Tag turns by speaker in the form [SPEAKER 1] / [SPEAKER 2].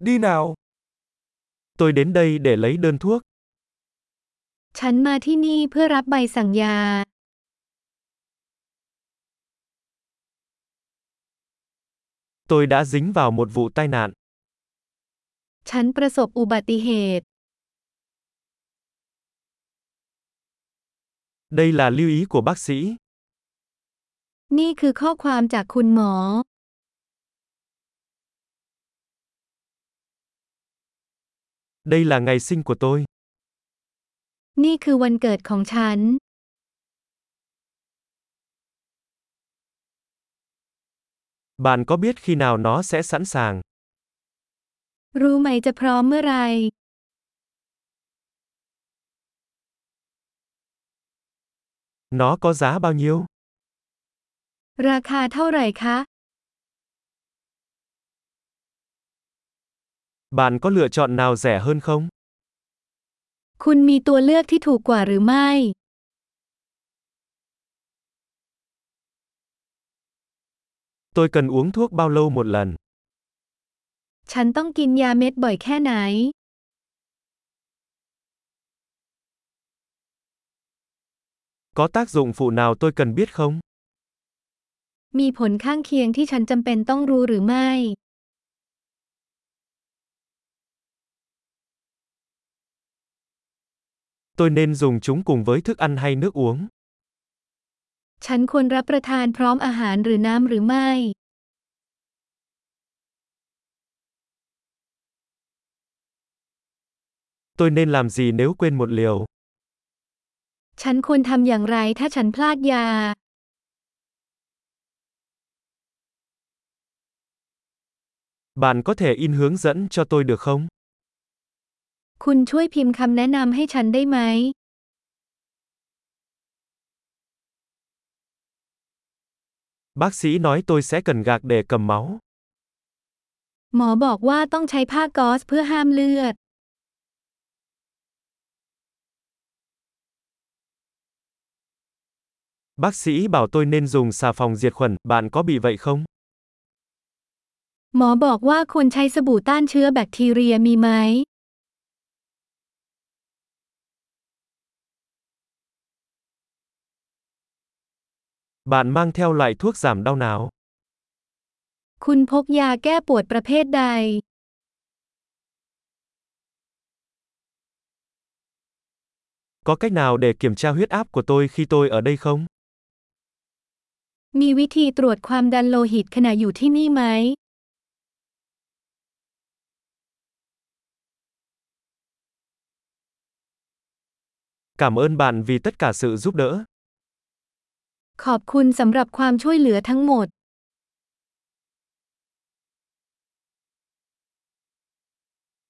[SPEAKER 1] đi nào. Tôi đến đây để lấy đơn thuốc.
[SPEAKER 2] ฉันมาที่นี่เพื่อรับใบสั่งยา
[SPEAKER 1] Tôi đã dính vào một vụ tai nạn.
[SPEAKER 2] ฉันประสบอุบัติเหตุ
[SPEAKER 1] Đây là lưu ý của bác sĩ.
[SPEAKER 2] นี่คือข้อความจากคุณหมอ
[SPEAKER 1] Đây là ngày sinh của tôi.
[SPEAKER 2] นี่คือวันเกิดของฉัน
[SPEAKER 1] Bạn có biết khi nào nó sẽ sẵn sàng?
[SPEAKER 2] รู้ไหมจะพร้อมเมื่อไหร
[SPEAKER 1] Nó có giá bao nhiêu?
[SPEAKER 2] ราคาเท่าไหร่คะ
[SPEAKER 1] Bạn có lựa chọn nào rẻ hơn không?
[SPEAKER 2] คุณมีตัวเลือกที่ถูกกว่าหรือไม่
[SPEAKER 1] Tôi cần uống thuốc bao lâu một lần?
[SPEAKER 2] ฉันต้องกินยาเม็ดบ่อยแค่ไหน
[SPEAKER 1] Có tác dụng phụ nào tôi cần biết không?
[SPEAKER 2] มีผลข้างเคียงที่ฉันจำเป็นต้องรู้หรือไม่
[SPEAKER 1] Tôi nên dùng chúng cùng với thức ăn hay nước uống?
[SPEAKER 2] ฉันควรรับประทานพร้อมอาหารหรือน้ำหรือไม่
[SPEAKER 1] Tôi nên làm gì nếu quên một liều?
[SPEAKER 2] ฉันควรทำอย่างไรถ้าฉันพลาดยา
[SPEAKER 1] Bạn có thể in hướng dẫn cho tôi được không?
[SPEAKER 2] คุณช่วยพิมพ์คำแนะนำให้ฉันได้ไหม
[SPEAKER 1] Bác sĩ nói tôi sẽ cần gạc để cầm máu.
[SPEAKER 2] หมอบอกว่าต้องใช้ผ้าก๊อซเพื่อห้ามเลือด
[SPEAKER 1] Bác sĩ bảo tôi nên dùng xà phòng diệt khuẩn, bạn có bị vậy không?
[SPEAKER 2] หมอบอกว่าควรใช้สบู่ต้านเชื้อแบคทีเรียมีไหม
[SPEAKER 1] Bạn mang theo loại thuốc giảm đau nào?
[SPEAKER 2] คุณพกยาแก้ปวดประเภทใด
[SPEAKER 1] Có cách nào để kiểm tra huyết áp của tôi khi tôi ở đây không?
[SPEAKER 2] มีวิธีตรวจความดันโลหิตขณะอยู่ที่นี่ไหม
[SPEAKER 1] Cảm ơn bạn vì tất cả sự giúp đỡ.
[SPEAKER 2] ขอบคุณสำหรับความช่วยเหลือทั้งหมด